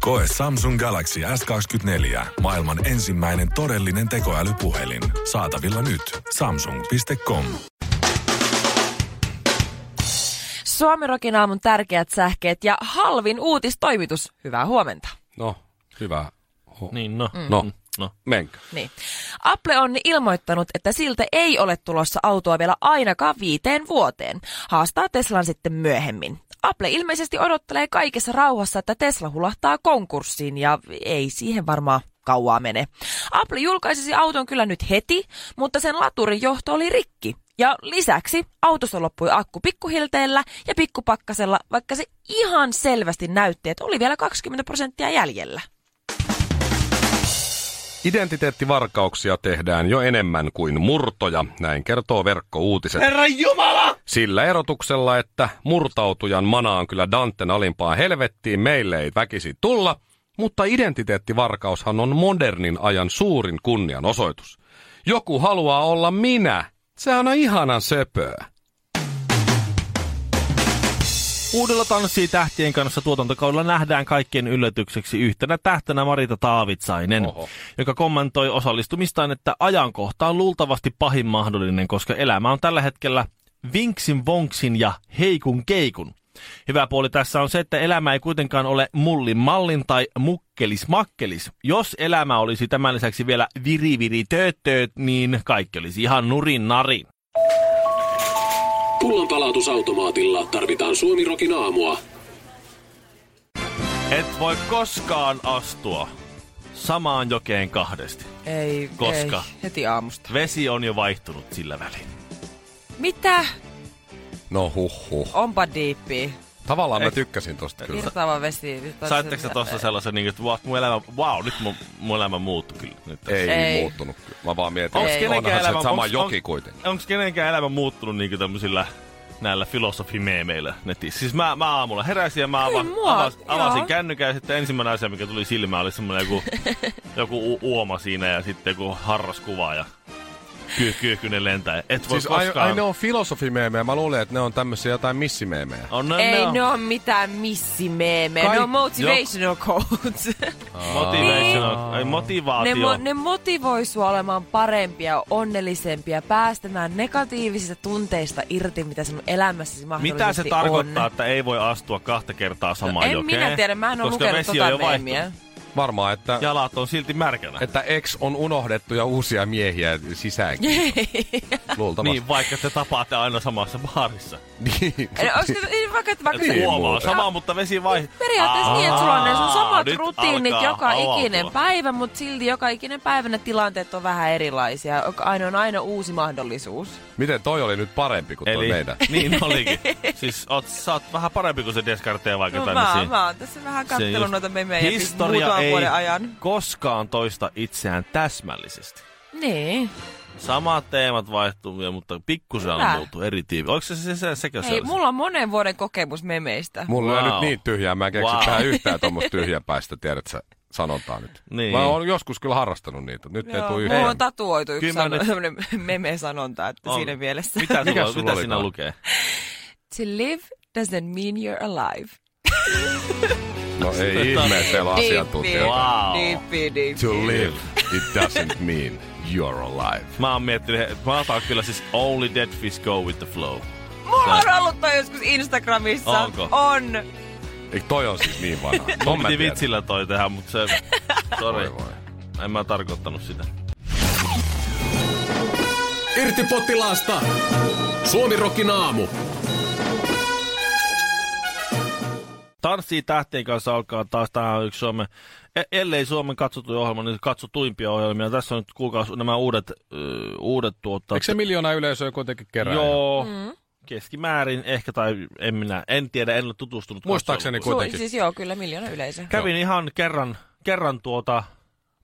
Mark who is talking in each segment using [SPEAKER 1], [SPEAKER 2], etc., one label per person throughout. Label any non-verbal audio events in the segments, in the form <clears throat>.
[SPEAKER 1] Koe Samsung Galaxy S24. Maailman ensimmäinen todellinen tekoälypuhelin. Saatavilla nyt. Samsung.com.
[SPEAKER 2] Suomirokin aamun tärkeät sähkeet ja halvin uutistoimitus. Hyvää huomenta.
[SPEAKER 3] No, hyvä. Ho-
[SPEAKER 4] Niin, no.
[SPEAKER 3] No.
[SPEAKER 4] Mm, no.
[SPEAKER 3] Menkö?
[SPEAKER 2] Niin. Apple on ilmoittanut, että siltä ei ole tulossa autoa vielä ainakaan viiteen vuoteen. Haastaa Teslan sitten myöhemmin. Apple ilmeisesti odottelee kaikessa rauhassa, että Tesla hulahtaa konkurssiin ja ei siihen varmaan kauaa mene. Apple julkaisisi auton kyllä nyt heti, mutta sen laturin johto oli rikki. Ja lisäksi autossa loppui akku pikkuhilteellä ja pikkupakkasella, vaikka se ihan selvästi näytti, että oli vielä 20 prosenttia jäljellä.
[SPEAKER 3] Identiteettivarkauksia tehdään jo enemmän kuin murtoja, näin kertoo verkkouutiset. Herra Jumala! Sillä erotuksella, että murtautujan mana on kyllä Danten alimpaan helvettiin, meille ei väkisi tulla, mutta identiteettivarkaushan on modernin ajan suurin kunnianosoitus. Joku haluaa olla minä. Sehän on ihanan söpöä.
[SPEAKER 4] Uudella Tanssii tähtien kanssa tuotantokaudella nähdään kaikkien yllätykseksi yhtenä tähtenä Marita Taavitsainen,
[SPEAKER 3] Oho.
[SPEAKER 4] Oho. joka kommentoi osallistumistaan, että ajankohta on luultavasti pahin mahdollinen, koska elämä on tällä hetkellä vinksin vonksin ja heikun keikun. Hyvä puoli tässä on se, että elämä ei kuitenkaan ole mullin mallin tai mukkelis makkelis. Jos elämä olisi tämän lisäksi vielä viri viri tööt, tööt niin kaikki olisi ihan nurin narin.
[SPEAKER 5] Pullonpalautusautomaatilla tarvitaan Suomirokin aamua.
[SPEAKER 4] Et voi koskaan astua samaan jokeen kahdesti.
[SPEAKER 2] Ei,
[SPEAKER 4] Koska?
[SPEAKER 2] ei. heti aamusta.
[SPEAKER 4] Vesi on jo vaihtunut sillä välin.
[SPEAKER 2] Mitä?
[SPEAKER 3] No huh huh.
[SPEAKER 2] Onpa diippi.
[SPEAKER 3] Tavallaan mä tykkäsin tosta kyllä.
[SPEAKER 2] Virtaava vesi. virtaava-
[SPEAKER 4] Saitteko sä tossa sellaisen, niin, että what, mun elämä, wow, nyt mun, mun elämä muuttui kyllä. Nyt tässä.
[SPEAKER 3] Ei,
[SPEAKER 2] Ei.
[SPEAKER 3] ei muuttunut kyllä. Mä vaan mietin,
[SPEAKER 2] Onks
[SPEAKER 3] että
[SPEAKER 4] kenenkään
[SPEAKER 3] onhan se
[SPEAKER 4] elämä-
[SPEAKER 3] sama
[SPEAKER 4] onks-
[SPEAKER 3] joki
[SPEAKER 4] on-
[SPEAKER 3] kuitenkin.
[SPEAKER 4] Onks kenenkään elämä muuttunut niinku tämmöisillä näillä filosofimeemeillä netissä? Siis mä, mä aamulla heräsin ja mä
[SPEAKER 2] Kyllä
[SPEAKER 4] avas,
[SPEAKER 2] mua,
[SPEAKER 4] avas, avasin
[SPEAKER 2] joo.
[SPEAKER 4] kännykän ja sitten ensimmäinen asia, mikä tuli silmään, oli semmoinen joku,
[SPEAKER 2] <laughs>
[SPEAKER 4] joku u- uoma siinä ja sitten joku harraskuva ja kyy- kyyhkynen lentää. Et voi
[SPEAKER 3] Siis ai,
[SPEAKER 4] koskaan...
[SPEAKER 3] ai ne on filosofimeemejä, mä luulen, että ne on tämmöisiä jotain missimeemejä.
[SPEAKER 4] on, ne,
[SPEAKER 2] Ei no.
[SPEAKER 4] on.
[SPEAKER 2] ne ole mitään missimeemejä,
[SPEAKER 3] Kaik-
[SPEAKER 2] ne on motivational quotes.
[SPEAKER 4] Motivational, ei motivaatio.
[SPEAKER 2] Niin. ne, mo- ne motivoi sua olemaan parempia, onnellisempia, päästämään negatiivisista tunteista irti, mitä sinun elämässäsi mahdollisesti
[SPEAKER 4] Mitä se tarkoittaa,
[SPEAKER 2] on.
[SPEAKER 4] että ei voi astua kahta kertaa
[SPEAKER 2] No,
[SPEAKER 4] samaan
[SPEAKER 2] en
[SPEAKER 4] jokeen?
[SPEAKER 2] minä tiedä, mä en ole
[SPEAKER 4] Koska
[SPEAKER 2] lukenut
[SPEAKER 4] vesi
[SPEAKER 2] tota
[SPEAKER 4] on jo vaihtunut.
[SPEAKER 2] meemiä.
[SPEAKER 3] Varmaan, että,
[SPEAKER 4] Jalat on silti märkänä.
[SPEAKER 3] että ex on unohdettu ja uusia miehiä sisäänkin. Luultavasti.
[SPEAKER 4] Niin, vaikka te tapaatte aina samassa baarissa.
[SPEAKER 3] Niin.
[SPEAKER 2] Eli olisiko- ei, vaikka, että vaikka
[SPEAKER 4] Et
[SPEAKER 2] sä-
[SPEAKER 3] Niin
[SPEAKER 4] huomaa
[SPEAKER 3] muuten.
[SPEAKER 4] samaa, mutta vesi vai...
[SPEAKER 2] Periaatteessa niin, että sulla on ne sun samat
[SPEAKER 4] Nyt
[SPEAKER 2] rutiinit
[SPEAKER 4] alkaa
[SPEAKER 2] joka
[SPEAKER 4] avautua.
[SPEAKER 2] ikinen päivä, mutta silti joka ikinen päivänä tilanteet on vähän erilaisia. Aina on aina uusi mahdollisuus.
[SPEAKER 3] Miten toi oli nyt parempi kuin toi
[SPEAKER 4] Eli,
[SPEAKER 3] meidän?
[SPEAKER 4] niin
[SPEAKER 2] <laughs>
[SPEAKER 4] olikin. Siis oot, sä oot vähän parempi kuin se deskartteja vaikka
[SPEAKER 2] No
[SPEAKER 4] tai
[SPEAKER 2] mä,
[SPEAKER 4] siinä.
[SPEAKER 2] mä oon tässä vähän
[SPEAKER 4] Se
[SPEAKER 2] kattelun
[SPEAKER 4] just-
[SPEAKER 2] noita memejä siis
[SPEAKER 4] Historia
[SPEAKER 2] muutaman
[SPEAKER 4] ei
[SPEAKER 2] vuoden ajan.
[SPEAKER 4] koskaan toista itseään täsmällisesti.
[SPEAKER 2] Niin.
[SPEAKER 4] Samat teemat vaihtuu, vielä, mutta pikkusen
[SPEAKER 2] Hyvä.
[SPEAKER 4] on muuttu eri tiivi. Oliko se se, se, sekö se
[SPEAKER 2] Hei,
[SPEAKER 4] oli se?
[SPEAKER 2] mulla on monen vuoden kokemus memeistä.
[SPEAKER 3] Mulla wow.
[SPEAKER 4] Wow.
[SPEAKER 3] on nyt niin tyhjää, mä en keksi
[SPEAKER 4] Wow.
[SPEAKER 3] wow. tähän yhtään tuommoista tyhjänpäistä, tiedät sä, sanontaa nyt.
[SPEAKER 4] Niin.
[SPEAKER 3] Mä oon joskus kyllä harrastanut niitä, nyt ei
[SPEAKER 2] Joo,
[SPEAKER 3] tule
[SPEAKER 2] mulla
[SPEAKER 3] yhtään.
[SPEAKER 2] on tatuoitu yksi
[SPEAKER 4] Kyllä mä
[SPEAKER 2] sano,
[SPEAKER 4] nyt-
[SPEAKER 2] tämmönen <laughs> meme-sanonta, että
[SPEAKER 4] On.
[SPEAKER 2] siinä mielessä.
[SPEAKER 4] Mitä,
[SPEAKER 3] Mikä
[SPEAKER 4] sulla,
[SPEAKER 3] sulla
[SPEAKER 4] mitä
[SPEAKER 3] oli
[SPEAKER 4] siinä
[SPEAKER 3] toi?
[SPEAKER 4] lukee?
[SPEAKER 2] To live doesn't mean you're alive.
[SPEAKER 3] No ei ihme, että teillä on
[SPEAKER 2] Niin.
[SPEAKER 3] asiantuntijoita.
[SPEAKER 4] Wow.
[SPEAKER 2] Diippi, diippi.
[SPEAKER 3] To live, it doesn't mean you're alive.
[SPEAKER 4] Mä oon miettinyt, että mä otan kyllä siis Only Dead Fish Go With The Flow.
[SPEAKER 2] Mulla on ollut toi joskus Instagramissa.
[SPEAKER 4] Onko?
[SPEAKER 2] On.
[SPEAKER 3] Eikö toi on siis niin vanha?
[SPEAKER 4] Mun
[SPEAKER 3] Ton mä
[SPEAKER 4] piti
[SPEAKER 3] tiedän.
[SPEAKER 4] vitsillä toi tehdä, mutta se... Sori,
[SPEAKER 3] Voi voi.
[SPEAKER 4] en mä tarkoittanut sitä.
[SPEAKER 5] Irti potilaasta! Suomirokin aamu.
[SPEAKER 4] Tanssii tähtien kanssa alkaa taas tähän yksi Suomen, e- ellei Suomen katsotuin ohjelma, niin katsotuimpia ohjelmia. Tässä on nyt kuukausi nämä uudet, uh, uudet tuottaa.
[SPEAKER 3] Eikö se miljoona yleisöä kuitenkin kerää?
[SPEAKER 4] Joo, mm. keskimäärin ehkä, tai en minä, en tiedä, en ole tutustunut.
[SPEAKER 3] Muistaakseni
[SPEAKER 4] katsomaan.
[SPEAKER 2] Su-
[SPEAKER 3] Kuitenkin.
[SPEAKER 2] siis joo, kyllä miljoona yleisö.
[SPEAKER 4] Kävin ihan kerran, kerran tuota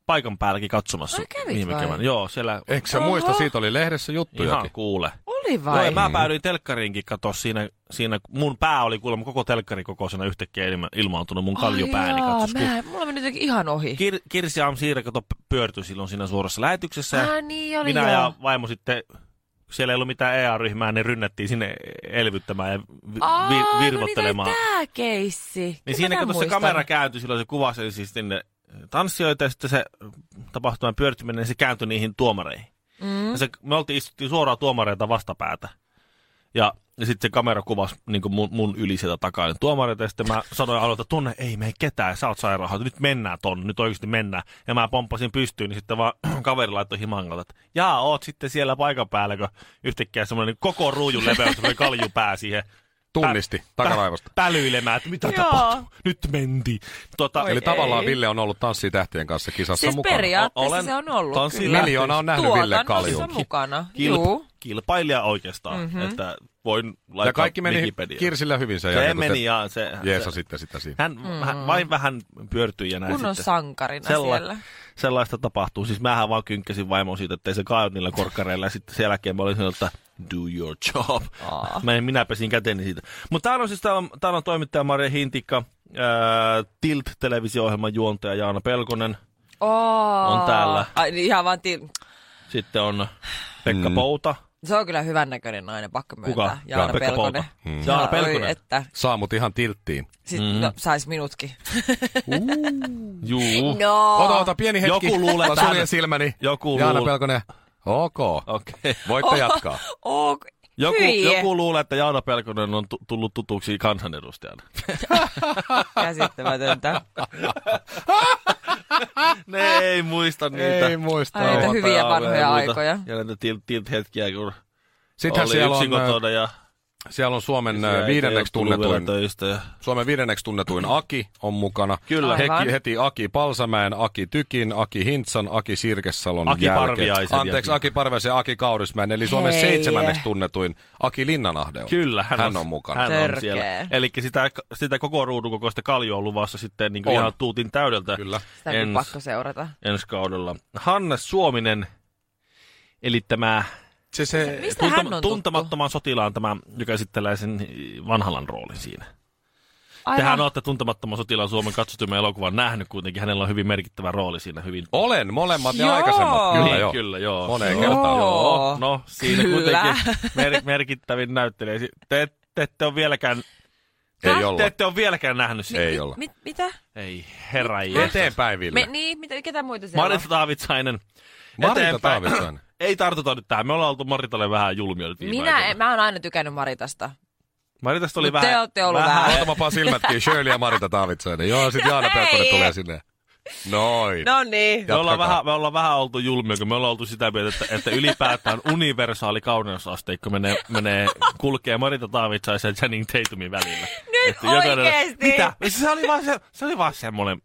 [SPEAKER 4] paikan päälläkin katsomassa
[SPEAKER 2] Ai kävit vai?
[SPEAKER 4] keväänä. Joo, siellä
[SPEAKER 3] Eikö sä
[SPEAKER 2] Oho.
[SPEAKER 3] muista, siitä oli lehdessä juttujakin.
[SPEAKER 4] siis- ihan kuule.
[SPEAKER 2] Oli
[SPEAKER 4] Joo, ja
[SPEAKER 2] vai?
[SPEAKER 4] mä päädyin telkkariinkin katsoa siinä, siinä, mun pää oli kuulemma koko telkkarin kokoisena yhtäkkiä ilma, ilmaantunut mun kaljupääni.
[SPEAKER 2] Ai jaa,
[SPEAKER 4] katsos, kun
[SPEAKER 2] mä, en- mulla meni jotenkin ihan ohi.
[SPEAKER 4] Kir- Kirsi Amsiira kato pyörtyi silloin siinä suorassa lähetyksessä.
[SPEAKER 2] Ah, niin oli
[SPEAKER 4] minä
[SPEAKER 2] joo.
[SPEAKER 4] ja vaimo sitten, kun siellä ei ollut mitään EA-ryhmää, niin rynnättiin sinne elvyttämään ja vi-
[SPEAKER 2] Aa,
[SPEAKER 4] vi-
[SPEAKER 2] No
[SPEAKER 4] virvottelemaan.
[SPEAKER 2] niin, tää keissi.
[SPEAKER 4] Niin siinä kun se kamera kääntyi, silloin se kuvasi eli siis sinne tanssijoita ja sitten se tapahtuman pyörtyminen, niin se kääntyi niihin tuomareihin. Mm. Ja se, me oltiin istuttiin suoraan tuomareita vastapäätä. Ja, ja sitten se kamera kuvasi niin mun, mun yli sieltä takaa niin tuomareita. Ja sitten mä sanoin aloita, tunne ei mene ketään, sä oot sairaanhoitaja, nyt mennään tonne, nyt oikeasti mennään. Ja mä pomppasin pystyyn, niin sitten vaan <clears throat> kaveri laittoi himangalta, että jaa, oot sitten siellä paikan päällä, kun yhtäkkiä semmoinen koko ruujun leveys, semmoinen kalju pää siihen
[SPEAKER 3] Tunnisti takaraivosta.
[SPEAKER 4] pä- Pälyilemään, että mitä
[SPEAKER 2] Joo.
[SPEAKER 4] tapahtuu. Nyt mentiin. Tuota,
[SPEAKER 2] Voi
[SPEAKER 3] Eli tavallaan
[SPEAKER 2] ei.
[SPEAKER 3] Ville on ollut tanssitähtien kanssa kisassa
[SPEAKER 2] Siis
[SPEAKER 3] mukana.
[SPEAKER 2] periaatteessa
[SPEAKER 4] Olen-
[SPEAKER 2] se on ollut.
[SPEAKER 4] tanssi-
[SPEAKER 2] kyllä.
[SPEAKER 3] Miljoona on nähnyt Ville Kalju.
[SPEAKER 2] Tuotannossa mukana.
[SPEAKER 4] kilp-
[SPEAKER 2] Juu.
[SPEAKER 4] kilpailija oikeastaan. Mm-hmm. Että voin laittaa
[SPEAKER 3] Ja kaikki meni
[SPEAKER 4] Wikipediaan.
[SPEAKER 3] Kirsillä hyvin sen
[SPEAKER 4] Se
[SPEAKER 3] jälkeen, kun
[SPEAKER 4] meni
[SPEAKER 3] te
[SPEAKER 4] ja se,
[SPEAKER 3] Jeesa
[SPEAKER 4] se
[SPEAKER 3] sitten sitä siinä.
[SPEAKER 4] hän,
[SPEAKER 2] Mm.
[SPEAKER 4] mm-hmm. hän vain vähän pyörtyi ja näin
[SPEAKER 2] Kun on
[SPEAKER 4] sitten.
[SPEAKER 2] sankarina
[SPEAKER 4] Sella-
[SPEAKER 2] siellä.
[SPEAKER 4] Sellaista tapahtuu. Siis mähän vaan kynkkäsin vaimon siitä, että ei se kaadu niillä korkkareilla. Ja sitten sen jälkeen mä olin sanonut, että do your job.
[SPEAKER 2] Aa.
[SPEAKER 4] Mä en, minä pesin käteni siitä. Mutta täällä on siis täällä on, täällä on toimittaja Maria Hintikka, ää, Tilt-televisio-ohjelman juontaja Jaana Pelkonen.
[SPEAKER 2] Oh.
[SPEAKER 4] On täällä.
[SPEAKER 2] Ai, niin ihan vaan ti-
[SPEAKER 4] Sitten on Pekka mm. Pouta.
[SPEAKER 2] Se on kyllä hyvännäköinen nainen, pakko myöntää.
[SPEAKER 4] Kuka?
[SPEAKER 2] Jaana
[SPEAKER 4] Pekka
[SPEAKER 2] Pelkonen.
[SPEAKER 4] Pouta. Mm. Jaana
[SPEAKER 2] Oi,
[SPEAKER 4] Pelkonen. Mm-hmm.
[SPEAKER 2] että,
[SPEAKER 3] Saamut ihan tilttiin.
[SPEAKER 2] sit, mm. no, sais
[SPEAKER 4] <laughs>
[SPEAKER 2] minutkin.
[SPEAKER 4] Juu.
[SPEAKER 2] No.
[SPEAKER 3] Ota, ota, pieni hetki.
[SPEAKER 4] Joku luulee
[SPEAKER 3] Mä
[SPEAKER 4] tänne.
[SPEAKER 3] suljen silmäni.
[SPEAKER 4] Joku
[SPEAKER 3] Jaana
[SPEAKER 4] luul-
[SPEAKER 3] Pelkonen. Ok.
[SPEAKER 4] Okei.
[SPEAKER 3] Voitte jatkaa.
[SPEAKER 2] Ok.
[SPEAKER 4] Joku,
[SPEAKER 2] Hyi.
[SPEAKER 4] joku luulee, että Jaana Pelkonen on tu- tullut
[SPEAKER 2] <laughs>
[SPEAKER 4] tutuksi kansanedustajana.
[SPEAKER 2] Käsittämätöntä.
[SPEAKER 4] ne ei muista niitä.
[SPEAKER 3] Ei muista.
[SPEAKER 2] Ai, Näitä että-
[SPEAKER 4] Kauan
[SPEAKER 2] hyviä
[SPEAKER 4] täällä
[SPEAKER 2] vanhoja
[SPEAKER 4] ja muita.
[SPEAKER 2] aikoja.
[SPEAKER 4] Ja näitä tilt, tilt hetkiä, kun
[SPEAKER 3] Sittenhän
[SPEAKER 4] oli
[SPEAKER 3] siellä
[SPEAKER 4] yksin
[SPEAKER 3] on, äh,
[SPEAKER 4] kotona ja
[SPEAKER 3] siellä on Suomen
[SPEAKER 4] ja
[SPEAKER 3] ö,
[SPEAKER 4] äiti ei
[SPEAKER 3] viidenneksi
[SPEAKER 4] ollut tullut vielä
[SPEAKER 3] tunnetuin
[SPEAKER 4] töistä ja
[SPEAKER 3] Suomen viidenneksi tunnetuin Aki on mukana.
[SPEAKER 4] Kyllä.
[SPEAKER 2] Aivan.
[SPEAKER 3] Heki, heti Aki Palsamäen, Aki Tykin, Aki Hintsan, Aki Sirkesalon
[SPEAKER 4] Aki
[SPEAKER 3] jälkeen.
[SPEAKER 4] Parviaisen
[SPEAKER 3] Anteeksi,
[SPEAKER 4] jälkeen.
[SPEAKER 3] Aki Parviaisen ja Aki Kaurismäen, eli Suomen
[SPEAKER 2] Hei.
[SPEAKER 3] seitsemänneksi tunnetuin Aki Linnanahde on.
[SPEAKER 4] Kyllä, hän,
[SPEAKER 3] hän on mukana.
[SPEAKER 4] Hän
[SPEAKER 2] Törkeä.
[SPEAKER 4] on siellä. Eli sitä, sitä koko ruudun kokoista kaljua on luvassa sitten niin
[SPEAKER 3] On.
[SPEAKER 4] kuin ihan tuutin täydeltä
[SPEAKER 3] Kyllä.
[SPEAKER 2] Sitä on
[SPEAKER 4] ens,
[SPEAKER 2] pakko seurata.
[SPEAKER 4] ensi kaudella. Hannes Suominen, eli tämä
[SPEAKER 3] Se, se,
[SPEAKER 2] Mistä hän on tuttu?
[SPEAKER 4] tuntemattoman sotilaan tämä, joka esittelee sen vanhalan roolin siinä.
[SPEAKER 2] Aivan.
[SPEAKER 4] Tehän olette tuntemattoman sotilaan Suomen katsotuimman elokuvan nähnyt kuitenkin. Hänellä on hyvin merkittävä rooli siinä. Hyvin...
[SPEAKER 3] olen molemmat ja
[SPEAKER 2] Joo.
[SPEAKER 3] aikaisemmat. Kyllä,
[SPEAKER 4] niin,
[SPEAKER 3] joo.
[SPEAKER 4] kyllä, joo.
[SPEAKER 3] Moneen
[SPEAKER 4] Joo.
[SPEAKER 3] kertaan.
[SPEAKER 4] Joo,
[SPEAKER 2] Joo.
[SPEAKER 4] no siinä
[SPEAKER 2] Kyllä.
[SPEAKER 4] kuitenkin mer- merkittävin näyttelijä. Si- Te, te ette ole vieläkään,
[SPEAKER 3] Ei olla.
[SPEAKER 4] te ette ole vieläkään nähnyt sitä.
[SPEAKER 3] Ei olla.
[SPEAKER 2] Mit, mitä?
[SPEAKER 4] Ei, herra
[SPEAKER 3] Eteenpäin,
[SPEAKER 2] Me,
[SPEAKER 3] Ville.
[SPEAKER 2] niin, mitä, ketä muita siellä
[SPEAKER 4] Marita Taavitsainen.
[SPEAKER 3] Marita
[SPEAKER 4] eteenpäin.
[SPEAKER 3] Taavitsainen.
[SPEAKER 4] Ei tartuta nyt tähän. Me ollaan oltu Maritalle vähän julmia nyt viime
[SPEAKER 2] Minä,
[SPEAKER 4] aikoina.
[SPEAKER 2] en, mä oon aina tykännyt Maritasta.
[SPEAKER 4] Maritasta oli
[SPEAKER 2] Mut te
[SPEAKER 4] vähän...
[SPEAKER 2] olette ollut vähän-
[SPEAKER 3] Otapa vaan silmätkin, Shirley ja Marita Taavitsainen. Joo, sit Jaana
[SPEAKER 2] Ei.
[SPEAKER 3] Pelkonen tulee sinne. Noin.
[SPEAKER 2] No niin.
[SPEAKER 4] Me ollaan,
[SPEAKER 3] Jatkakaa.
[SPEAKER 4] vähän, me ollaan vähän oltu julmia, kun me ollaan oltu sitä mieltä, että, että ylipäätään universaali kauneusasteikko menee, menee kulkee Marita Taavitsaisen ja Channing Tatumin välillä.
[SPEAKER 2] Nyt oikeesti?
[SPEAKER 4] Mitä? Se oli vaan, se, se oli vaan semmoinen...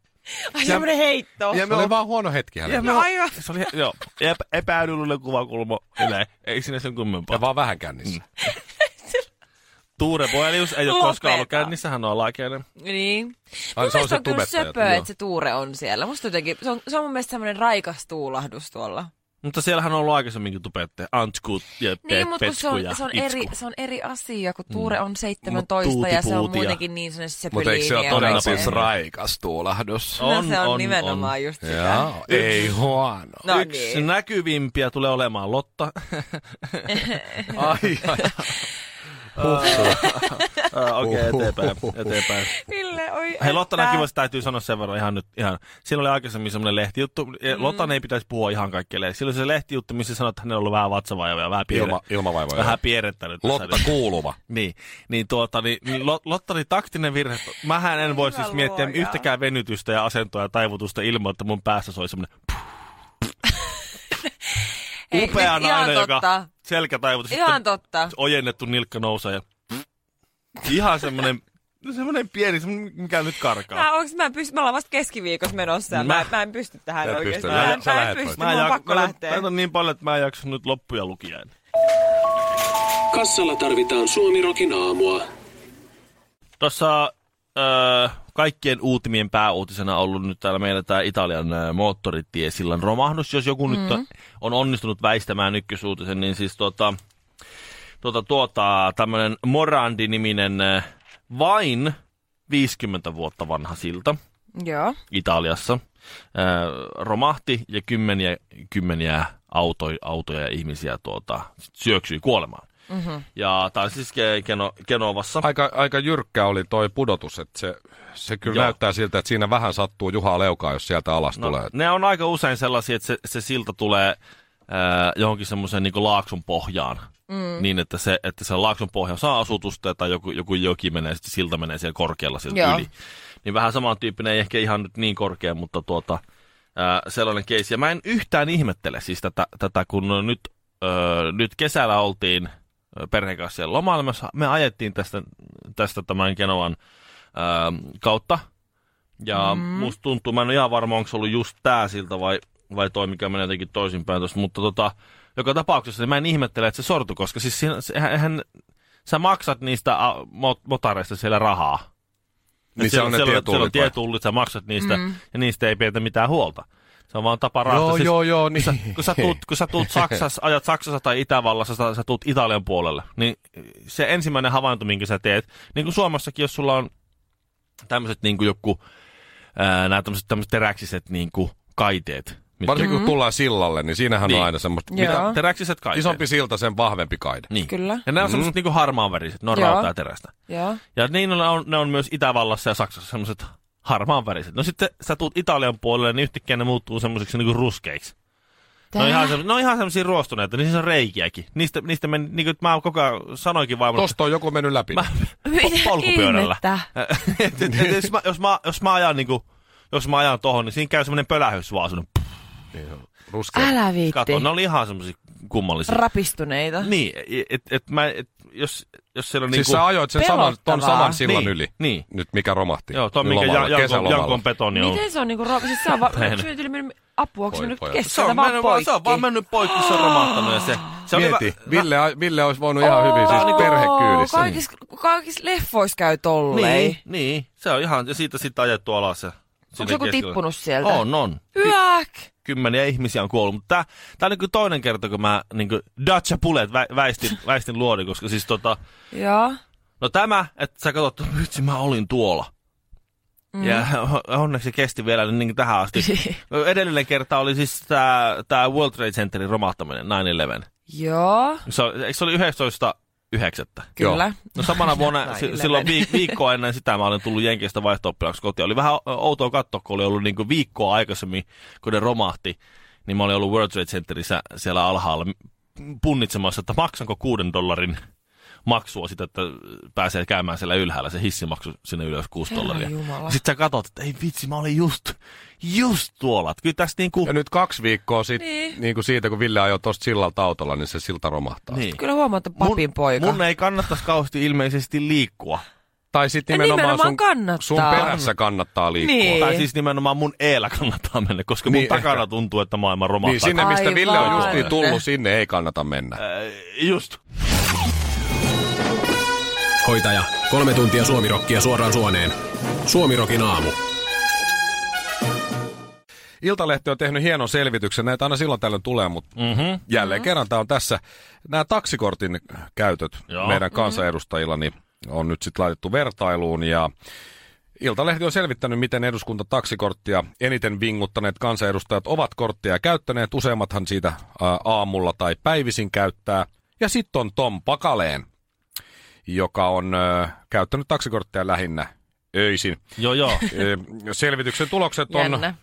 [SPEAKER 2] Ai semmonen heitto.
[SPEAKER 3] Ja me oli vaan huono hetki hänellä.
[SPEAKER 4] me- Se oli, joo, epä, epäilyllinen kuvakulma. Ei, ei siinä sen kummempaa.
[SPEAKER 3] Ja vaan vähän kännissä.
[SPEAKER 4] Tuure Boelius ei ole
[SPEAKER 2] Lopeta.
[SPEAKER 4] koskaan ollut käynnissä, hän on alaikäinen.
[SPEAKER 2] Niin.
[SPEAKER 3] Ai,
[SPEAKER 2] mun
[SPEAKER 3] se on
[SPEAKER 2] mielestä
[SPEAKER 3] se
[SPEAKER 2] on kyllä
[SPEAKER 3] tubettaja,
[SPEAKER 2] söpö,
[SPEAKER 3] joo.
[SPEAKER 2] että se Tuure on siellä. Musta jotenkin, se on, se on mun mielestä semmoinen raikas tuulahdus tuolla.
[SPEAKER 4] Mutta siellähän on ollut aikaisemminkin tupette. Antskut ja pe-
[SPEAKER 2] Niin, mutta kun se
[SPEAKER 4] Petsku
[SPEAKER 2] on,
[SPEAKER 4] ja
[SPEAKER 2] se, on
[SPEAKER 4] Itsku.
[SPEAKER 2] eri, se on eri asia, kun Tuure on 17
[SPEAKER 4] Mut
[SPEAKER 2] ja se on
[SPEAKER 4] tuutipuutia.
[SPEAKER 2] muutenkin niin sellainen
[SPEAKER 3] Mutta eikö se ole
[SPEAKER 2] sepeliini
[SPEAKER 3] todella
[SPEAKER 4] on
[SPEAKER 3] siis
[SPEAKER 4] se.
[SPEAKER 3] raikas tuulahdus?
[SPEAKER 2] No se on,
[SPEAKER 4] On, on,
[SPEAKER 2] nimenomaan
[SPEAKER 4] on.
[SPEAKER 2] just sitä.
[SPEAKER 3] Joo, ei huono.
[SPEAKER 2] No
[SPEAKER 4] Yksi
[SPEAKER 2] niin.
[SPEAKER 4] näkyvimpiä tulee
[SPEAKER 2] <laughs>
[SPEAKER 4] olemaan Lotta.
[SPEAKER 3] Ai, ai.
[SPEAKER 4] Äh, Okei, okay, eteenpäin, eteenpäin.
[SPEAKER 2] Ville, oi
[SPEAKER 4] Hei Lotta
[SPEAKER 2] että.
[SPEAKER 4] näkyvästä täytyy sanoa sen verran ihan nyt. Ihan. Siinä oli aikaisemmin semmoinen lehtijuttu. Mm. Lottan ei pitäisi puhua ihan kaikkea. lehdistä. Silloin se lehtijuttu, missä sanoi, että hänellä on ollut vähän vatsavaivoja, vähän, piirre,
[SPEAKER 3] Ilma, ilmavaivoja.
[SPEAKER 4] vähän piirrettänyt. tässä
[SPEAKER 3] Lotta
[SPEAKER 4] nyt.
[SPEAKER 3] kuuluva.
[SPEAKER 4] Niin, niin tuota, niin, niin Lot- Lotta oli taktinen virhe. Mähän en voi
[SPEAKER 2] Hyvä
[SPEAKER 4] siis miettiä
[SPEAKER 2] luoja.
[SPEAKER 4] yhtäkään venytystä ja asentoa ja taivutusta ilman, että mun päässä soi semmoinen
[SPEAKER 2] Hei,
[SPEAKER 4] upea
[SPEAKER 2] nyt <laughs> niin, ihan
[SPEAKER 4] nainen, joka
[SPEAKER 2] totta.
[SPEAKER 4] selkätaivutus.
[SPEAKER 2] Ihan
[SPEAKER 4] sitten
[SPEAKER 2] totta.
[SPEAKER 4] ojennettu nilkka nousee ja ihan semmoinen, no semmoinen pieni, semmonen, mikä nyt karkaa.
[SPEAKER 2] Mä, onks, mä, en pysty, mä ollaan vasta keskiviikossa menossa ja mä,
[SPEAKER 4] Mä-
[SPEAKER 2] mä, en pysty tähän
[SPEAKER 3] Sä et
[SPEAKER 2] oikeesti.
[SPEAKER 3] pysty.
[SPEAKER 2] Mä,
[SPEAKER 3] Sä-
[SPEAKER 2] en-
[SPEAKER 3] sä
[SPEAKER 2] mä en
[SPEAKER 3] lähet
[SPEAKER 2] pysty,
[SPEAKER 4] Mä
[SPEAKER 2] mä
[SPEAKER 4] en
[SPEAKER 2] on
[SPEAKER 4] jak-
[SPEAKER 2] pakko
[SPEAKER 4] mä-
[SPEAKER 2] lähteä.
[SPEAKER 4] Mä on niin paljon, että mä en jaksa nyt loppuja lukia enää.
[SPEAKER 5] Kassalla tarvitaan Suomirokin aamua.
[SPEAKER 4] Tuossa öö, kaikkien uutimien pääuutisena ollut nyt täällä meillä tämä Italian öö, moottoritiesillan romahdus. Jos joku mm-hmm. nyt
[SPEAKER 2] Mm.
[SPEAKER 4] on- on onnistunut väistämään ykkösuutisen, niin siis tuota, tuota, tuota, tämmöinen Morandi-niminen öö, vain 50 vuotta vanha silta
[SPEAKER 2] Joo.
[SPEAKER 4] Italiassa öö, romahti ja kymmeniä, kymmeniä auto, autoja ja ihmisiä tuota, syöksyi kuolemaan. Mm-hmm. Ja tämä on siis Ke- Keno, Kenovassa.
[SPEAKER 3] Aika, aika jyrkkä oli toi pudotus, että se, se kyllä
[SPEAKER 4] Joo.
[SPEAKER 3] Joo. näyttää siltä, että siinä vähän sattuu Juhaa leukaa, jos sieltä alas no. tulee.
[SPEAKER 4] Ne on aika usein sellaisia, että se, se silta tulee äh, johonkin semmoiseen niin laakson pohjaan. Mm. Niin, että se, että se laakson pohja saa asutusta tai joku, joku joki menee, sitten silta menee siellä korkealla sieltä
[SPEAKER 2] Joo.
[SPEAKER 4] yli. Niin vähän samantyyppinen, ei ehkä ihan nyt niin korkea, mutta tuota, äh, sellainen keissi. Ja mä en yhtään ihmettele siis tätä, tätä kun nyt, äh, nyt kesällä oltiin ö, perheen kanssa siellä lomailemassa. Me ajettiin tästä, tästä tämän Genovan äh, kautta ja mm. musta tuntuu, mä en ole ihan varma, onko se ollut just tää siltä vai, vai toi, mikä menee jotenkin toisinpäin tosta. Mutta tota, joka tapauksessa niin mä en ihmettele, että se sortu, koska siis siinä, se- eihän, eihän, sä maksat niistä a, mot, motareista siellä rahaa. Et
[SPEAKER 3] Niin
[SPEAKER 4] siellä,
[SPEAKER 3] siellä on ne
[SPEAKER 4] siellä,
[SPEAKER 3] tietullit
[SPEAKER 4] siellä on
[SPEAKER 3] vai?
[SPEAKER 4] tietullit, sä maksat niistä mm. ja niistä ei pidetä mitään huolta. Se on vaan tapa rahtaa.
[SPEAKER 3] Joo,
[SPEAKER 4] siis,
[SPEAKER 3] joo, joo, niin.
[SPEAKER 4] Kun sä, kun sä tuut, kun sä tuut Saksassa, ajat Saksassa tai Itävallassa, sä, sä tuut Italian puolelle, niin se ensimmäinen havainto, minkä sä teet, niin kuin Suomessakin, jos sulla on tämmöiset niin kuin joku, ää, nämä tämmöiset, tämmöiset teräksiset niin kuin kaiteet. mitkä-
[SPEAKER 3] Varsinkin kun tullaan sillalle, niin siinähän
[SPEAKER 4] Niin.
[SPEAKER 3] on aina semmoista,
[SPEAKER 2] Joo.
[SPEAKER 3] mitä
[SPEAKER 4] teräksiset kaiteet.
[SPEAKER 3] isompi Mm. silta, sen vahvempi kaide.
[SPEAKER 4] Niin.
[SPEAKER 2] Kyllä.
[SPEAKER 4] Ja nämä on semmoiset niin kuin harmaanväriset, ne on
[SPEAKER 2] Joo.
[SPEAKER 4] rautaa ja terästä.
[SPEAKER 2] Joo.
[SPEAKER 4] Ja niin ne on, ne on myös Itävallassa ja Saksassa semmoiset harmaanväriset. No sitten sä tuut Italian puolelle, niin yhtäkkiä ne muuttuu semmoisiksi niin kuin ruskeiksi. Ne on, No ihan semmosia, ne on ihan semmosia ruostuneita, niin siis on reikiäkin. Niistä, niistä meni, niin kuin mä koko ajan sanoinkin vaimolle,
[SPEAKER 3] Tosta on joku mennyt läpi.
[SPEAKER 4] mä,
[SPEAKER 2] Mitä
[SPEAKER 4] polkupyörällä.
[SPEAKER 2] ihmettä?
[SPEAKER 4] <laughs> Et- et- et jos, mä, jos, mä, jos mä ajan niinku, jos mä ajan tohon, niin siinä käy semmoinen pölähys vaan semmoinen
[SPEAKER 3] Ruskea.
[SPEAKER 2] Älä viitti.
[SPEAKER 4] kato. Ne oli ihan semmosia kummallisia.
[SPEAKER 2] Rapistuneita.
[SPEAKER 4] niin, et, et, mä, et, jos, jos siellä on
[SPEAKER 3] Siis
[SPEAKER 4] niinku...
[SPEAKER 3] sä ajoit sen saman, ton
[SPEAKER 2] Pelottavaa.
[SPEAKER 3] saman sillan
[SPEAKER 4] Niin,
[SPEAKER 3] yli,
[SPEAKER 4] niin.
[SPEAKER 3] nyt mikä romahti.
[SPEAKER 4] Joo, tuo
[SPEAKER 3] Niin
[SPEAKER 4] minkä
[SPEAKER 3] lomalla,
[SPEAKER 4] Jan- Jankon,
[SPEAKER 3] kesälomalla.
[SPEAKER 4] Jankon betoni on.
[SPEAKER 2] Miten se on niinku ra- siis se on vaan,
[SPEAKER 4] Tein.
[SPEAKER 2] se on yli mennyt apua, onko se
[SPEAKER 3] Voi
[SPEAKER 2] mennyt
[SPEAKER 3] pojat.
[SPEAKER 4] se
[SPEAKER 2] keskellä
[SPEAKER 4] on,
[SPEAKER 2] vaan
[SPEAKER 4] mennyt, vaan,
[SPEAKER 2] poikki?
[SPEAKER 4] se on vaan mennyt poikki, se on romahtanut ja se... se oli
[SPEAKER 3] Mieti,
[SPEAKER 4] vä- niin
[SPEAKER 3] Ville, Ville olisi voinut ihan hyvin, siis
[SPEAKER 2] Oo,
[SPEAKER 3] perhekyydissä.
[SPEAKER 2] niinku Kaikissa, kaikissa leffoissa käy tolleen.
[SPEAKER 4] Niin, niin, se on ihan, ja siitä sitten ajettu alas. Ja
[SPEAKER 2] Onko
[SPEAKER 4] sinne
[SPEAKER 2] joku
[SPEAKER 4] keskelle.
[SPEAKER 2] tippunut sieltä?
[SPEAKER 4] On, on.
[SPEAKER 2] Hyäk!
[SPEAKER 4] kymmeniä ihmisiä on kuollut. Mutta tää, tää on niinku toinen kerta, kun mä niinku Dacia Pulet vä,
[SPEAKER 2] <laughs>
[SPEAKER 4] väistin, väistin luodin, koska siis tota,
[SPEAKER 2] Joo.
[SPEAKER 4] no tämä, että sä katsot, vitsi mä olin tuolla. Mm. Ja onneksi se kesti vielä niin kuin
[SPEAKER 2] <laughs>
[SPEAKER 4] tähän asti. No, Edellinen kerta oli siis tää, tää World Trade Centerin romahtaminen, 9-11.
[SPEAKER 2] Joo.
[SPEAKER 4] Se, oli- eikö se oli 19.9.?
[SPEAKER 2] Kyllä.
[SPEAKER 4] No samana vuonna, si-
[SPEAKER 2] 9-11.
[SPEAKER 4] silloin viik- viikkoa ennen sitä mä olin tullut Jenkeistä vaihto kotiin. Oli vähän o- outoa katsoa, kun oli ollut niin viikkoa aikaisemmin, kun ne romahti, niin mä olin ollut World Trade Centerissä siellä alhaalla m- punnitsemassa, että maksanko kuuden dollarin maksua sitä, että pääsee käymään siellä ylhäällä, se hissimaksu sinne ylös 6
[SPEAKER 2] Herran
[SPEAKER 4] dollaria.
[SPEAKER 2] jumala.
[SPEAKER 4] Sitten sä katsot, että ei vitsi, mä olin just, just tuolla. Että Kyllä tässä niinku,
[SPEAKER 3] Ja nyt kaksi viikkoa sit,
[SPEAKER 2] Niin.
[SPEAKER 3] niin. kuin siitä, kun Ville ajoi tuosta sillalta autolla, niin se silta romahtaa.
[SPEAKER 4] niin.
[SPEAKER 2] Kyllä huomaa, että papin
[SPEAKER 4] mun,
[SPEAKER 2] poika.
[SPEAKER 4] mun ei kannattaisi kauheasti ilmeisesti liikkua.
[SPEAKER 3] Tai sitten
[SPEAKER 2] Ja
[SPEAKER 3] nimenomaan,
[SPEAKER 2] nimenomaan
[SPEAKER 3] sun,
[SPEAKER 2] kannattaa.
[SPEAKER 3] sun perässä kannattaa liikkua.
[SPEAKER 2] Niin.
[SPEAKER 4] Tai siis nimenomaan mun eellä kannattaa mennä, koska mun
[SPEAKER 3] Niin,
[SPEAKER 4] takana tuntuu, että maailma romahtaa. Äh,
[SPEAKER 3] Niin sinne, mistä
[SPEAKER 2] Aivan.
[SPEAKER 3] Ville on justiin tullut, sinne ei kannata mennä.
[SPEAKER 4] Just.
[SPEAKER 5] Hoitaja, kolme tuntia suomirokkia suoraan suoneen. Suomirokin aamu.
[SPEAKER 3] Iltalehti on tehnyt hienon selvityksen, näitä aina silloin tällöin tulee, mutta mm-hmm. jälleen mm-hmm. kerran tämä on tässä. Nämä taksikortin käytöt
[SPEAKER 4] Joo.
[SPEAKER 3] Joo. meidän kansanedustajilla niin on nyt sitten laitettu vertailuun ja Iltalehti on selvittänyt, miten eduskunta taksikorttia eniten vinguttaneet kansanedustajat ovat korttia käyttäneet. Useimmathan siitä ä, aamulla tai päivisin käyttää. Ja sitten on Tom Pakaleen, joka on ä, käyttänyt taksikorttia lähinnä öisin.
[SPEAKER 4] Joo, joo.
[SPEAKER 3] Ö, Selvityksen tulokset on
[SPEAKER 2] Jännä.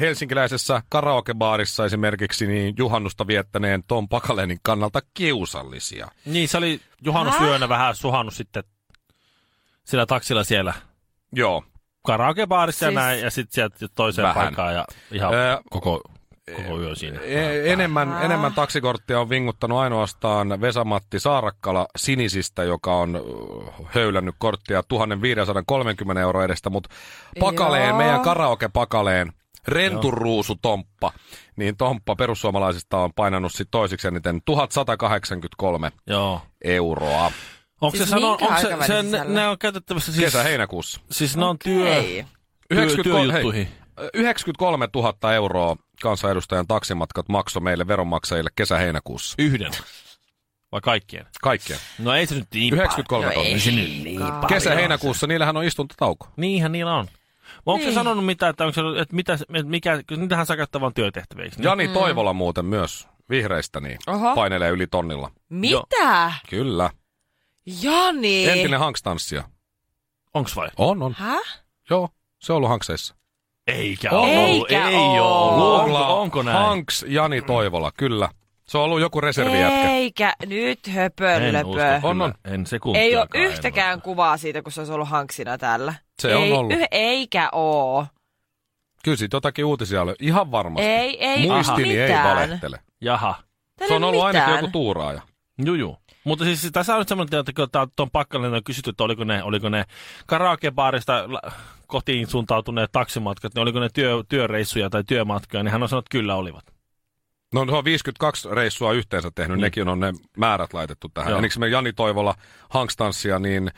[SPEAKER 3] helsinkiläisessä karaokebaarissa esimerkiksi niin juhannusta viettäneen Tom Pakalenin kannalta kiusallisia.
[SPEAKER 4] niin, se oli juhannusyönä vähän suhannut sitten sillä taksilla siellä
[SPEAKER 3] Joo.
[SPEAKER 4] karaokebaarissa
[SPEAKER 2] Siis-
[SPEAKER 4] ja näin, ja sitten sieltä toiseen
[SPEAKER 3] Vähän.
[SPEAKER 4] paikkaan ja ihan
[SPEAKER 3] Öö,
[SPEAKER 4] koko, koko yö siinä.
[SPEAKER 3] E- enemmän, enemmän taksikorttia on vinguttanut ainoastaan Vesamatti Saarakkala Sinisistä, joka on ö, höylännyt korttia 1530 euroa edestä, mutta Pakaleen,
[SPEAKER 2] Joo.
[SPEAKER 3] meidän karaoke-Pakaleen, Renturuusu Tomppa, niin Tomppa perussuomalaisista on painanut sit toisiksi eniten 1183
[SPEAKER 4] Joo.
[SPEAKER 3] euroa.
[SPEAKER 4] Onko
[SPEAKER 2] Siis
[SPEAKER 4] se, sano,
[SPEAKER 2] minkä
[SPEAKER 4] onko se, se
[SPEAKER 2] aikavälin
[SPEAKER 4] ne,
[SPEAKER 2] sisällä?
[SPEAKER 4] ne on käytettävissä siis,
[SPEAKER 3] Kesä-heinäkuussa.
[SPEAKER 4] siis ne on työ,
[SPEAKER 2] Ei.
[SPEAKER 4] työ,
[SPEAKER 3] 93 hei.
[SPEAKER 4] työjuttuihin.
[SPEAKER 3] 93 000 euroa kansanedustajan taksimatkat maksoi meille veronmaksajille kesä-heinäkuussa.
[SPEAKER 4] Yhden. Vai kaikkien?
[SPEAKER 3] Kaikkea.
[SPEAKER 4] No ei se nyt niin paljon.
[SPEAKER 3] 93
[SPEAKER 2] No ei.
[SPEAKER 3] 000.
[SPEAKER 4] Ei se nyt niin paljon.
[SPEAKER 3] Kesä-heinäkuussa, niillähän on istuntotauko.
[SPEAKER 4] Niinhän niillä on. Onko niin.
[SPEAKER 2] Niin.
[SPEAKER 4] se sanonut mitään, että, onko se, että, mitä, että mikä, kun niitähän saa käyttää vaan työtehtäviä, eikö niin?
[SPEAKER 3] Jani Toivola muuten myös vihreistä niin
[SPEAKER 2] Oho.
[SPEAKER 3] painelee yli tonnilla.
[SPEAKER 2] Mitä?
[SPEAKER 3] Kyllä.
[SPEAKER 2] Jani!
[SPEAKER 3] Entinen hankstanssija.
[SPEAKER 4] Onks vai?
[SPEAKER 3] On, on.
[SPEAKER 2] Häh?
[SPEAKER 3] Joo, se on ollut hankseissa.
[SPEAKER 4] Eikä
[SPEAKER 3] On.
[SPEAKER 4] ole ollut.
[SPEAKER 2] Eikä
[SPEAKER 4] Ei
[SPEAKER 2] oo.
[SPEAKER 4] ole ollut.
[SPEAKER 3] Googlaa
[SPEAKER 4] Onko, onko näin?
[SPEAKER 3] Hanks Jani Toivola, kyllä. Se on ollut joku reservijätkä.
[SPEAKER 2] Eikä nyt
[SPEAKER 4] en
[SPEAKER 2] höpölöpö.
[SPEAKER 4] usko,
[SPEAKER 3] On, on.
[SPEAKER 4] on, on. En sekuntia.
[SPEAKER 2] Ei ole yhtäkään kuvaa siitä, kun se olisi ollut hanksina täällä.
[SPEAKER 3] Se
[SPEAKER 2] ei,
[SPEAKER 3] on ollut.
[SPEAKER 2] yh- eikä oo.
[SPEAKER 3] Kyllä siitä jotakin uutisia oli. Ihan varmasti.
[SPEAKER 2] Ei, ei
[SPEAKER 3] Muistini
[SPEAKER 2] mitään.
[SPEAKER 3] ei valehtele.
[SPEAKER 4] Jaha.
[SPEAKER 2] Täällä
[SPEAKER 3] Se on
[SPEAKER 2] ei
[SPEAKER 3] ollut
[SPEAKER 2] mitään.
[SPEAKER 3] ainakin joku tuuraaja.
[SPEAKER 4] Juju. Mutta siis tässä on nyt semmoinen tilanne, että kun tää- tuon pakkalle on kysytty, että oliko ne, oliko ne karaokebaarista la- kotiin suuntautuneet taksimatkat, niin oliko ne työ, työreissuja tai työmatkoja, niin hän on sanonut, että kyllä olivat.
[SPEAKER 3] No se on 52 reissua yhteensä tehnyt,
[SPEAKER 4] Niin.
[SPEAKER 3] nekin on ne määrät laitettu tähän.
[SPEAKER 4] Joo.
[SPEAKER 3] Eniksi me Jani Toivola Hankstanssia, niin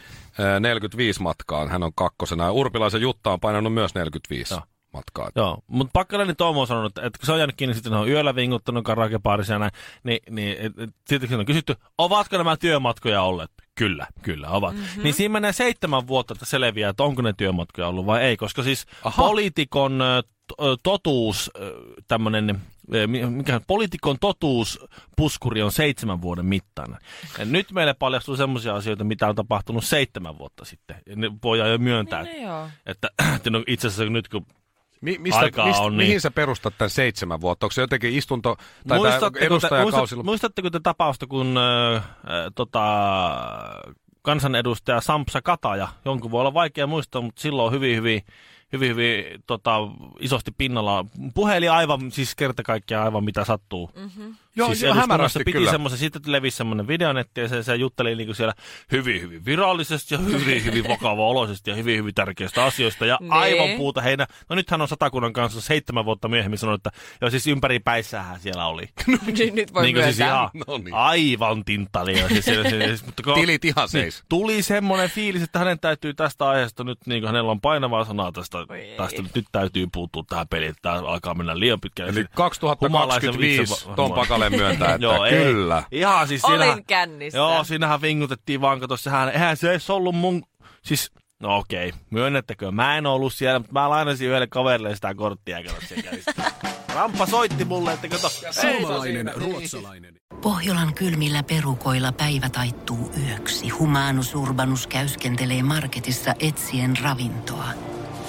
[SPEAKER 3] eh, 45 matkaa, hän on kakkosena. Ja Urpilaisen Jutta on painanut myös 45
[SPEAKER 4] Joo.
[SPEAKER 3] matkaa.
[SPEAKER 4] Joo, mutta Pakkalainen Tomo on sanonut, että kun se on jäänyt kiinni, sitten on yöllä vinguttanut karaokebaarissa ja näin, niin, niin et- et sitten kun on kysytty, ovatko nämä työmatkoja olleet? Kyllä, kyllä ovat. Mm-hmm. Niin siinä menee seitsemän vuotta, että selviää, että onko ne työmatkoja ollut vai ei, koska siis Aha. poliitikon ö, t- ö, totuus, tämmöinen, mikä poliitikon totuuspuskuri on seitsemän vuoden mittainen. Ja nyt meille paljastuu sellaisia asioita, mitä on tapahtunut seitsemän vuotta sitten. Ja ne voidaan jo myöntää,
[SPEAKER 2] Niin, no joo. <laughs>
[SPEAKER 4] että, <clears throat> että no itse asiassa nyt kun
[SPEAKER 3] Mi-
[SPEAKER 4] Aikaa on niin.
[SPEAKER 3] Mihin sä perustat tämän seitsemän vuotta? Onko se jotenkin istunto tai tää
[SPEAKER 4] Muistatteko te, muistat,
[SPEAKER 3] edustajakausilla?
[SPEAKER 4] muistatteko te tapausta, kun ö, ö, tota, kansanedustaja Sampsa Kataja, jonkun voi olla vaikea muistaa, mutta silloin on hyvin, hyvin, hyvin, hyvin tota, isosti pinnalla. Puheli aivan, siis kerta kaikkiaan aivan mitä sattuu. Mm-hmm.
[SPEAKER 3] Joo,
[SPEAKER 4] siis
[SPEAKER 3] joo,
[SPEAKER 4] eduskunnassa
[SPEAKER 3] hämärästi
[SPEAKER 4] piti
[SPEAKER 3] kyllä.
[SPEAKER 4] semmoisen, sitten levisi semmoinen videonetti ja se, se jutteli niinku siellä hyvin, hyvin virallisesti ja hyvin, hyvin vakava-oloisesti ja hyvin, hyvin tärkeistä asioista ja
[SPEAKER 2] Niin.
[SPEAKER 4] aivan puuta heinä. No nythän on satakunnan kanssa seitsemän vuotta myöhemmin sanonut, että joo siis ympäri päissähän siellä oli.
[SPEAKER 2] <laughs> Nyt, nyt voi
[SPEAKER 4] Niin kuin
[SPEAKER 2] myöntää.
[SPEAKER 4] siis ihan
[SPEAKER 3] No niin.
[SPEAKER 4] aivan tinttali. Siis, siis, siis, mutta kun,
[SPEAKER 3] Tilit ihan seis.
[SPEAKER 4] Niin, tuli semmoinen fiilis, että hänen täytyy tästä aiheesta nyt, niin kuin hänellä on painavaa sanaa tästä,
[SPEAKER 2] ei.
[SPEAKER 4] tästä nyt, nyt täytyy puuttua tähän peliin, että tämä alkaa mennä liian pitkälle.
[SPEAKER 3] Eli
[SPEAKER 4] Siis humalaisen
[SPEAKER 3] 2025
[SPEAKER 4] itse-
[SPEAKER 3] Tom Pakale
[SPEAKER 4] <laughs>
[SPEAKER 3] myöntää, että
[SPEAKER 4] Joo, ei.
[SPEAKER 3] kyllä.
[SPEAKER 4] Ihan siis
[SPEAKER 2] Olin
[SPEAKER 4] siinähän-
[SPEAKER 2] kännissä.
[SPEAKER 4] Joo, siinähän vingutettiin vaan, kato, sehän, eihän se edes ollut mun, siis, no okei, myönnettäkö, mä en ollut siellä, mutta mä lainasin yhdelle kaverille sitä korttia, kato, se kävi sitten. Ramppa soitti mulle, että kato,
[SPEAKER 5] Suomalainen, ruotsalainen.
[SPEAKER 6] Pohjolan kylmillä perukoilla päivä taittuu yöksi. Humanus Urbanus käyskentelee marketissa etsien ravintoa.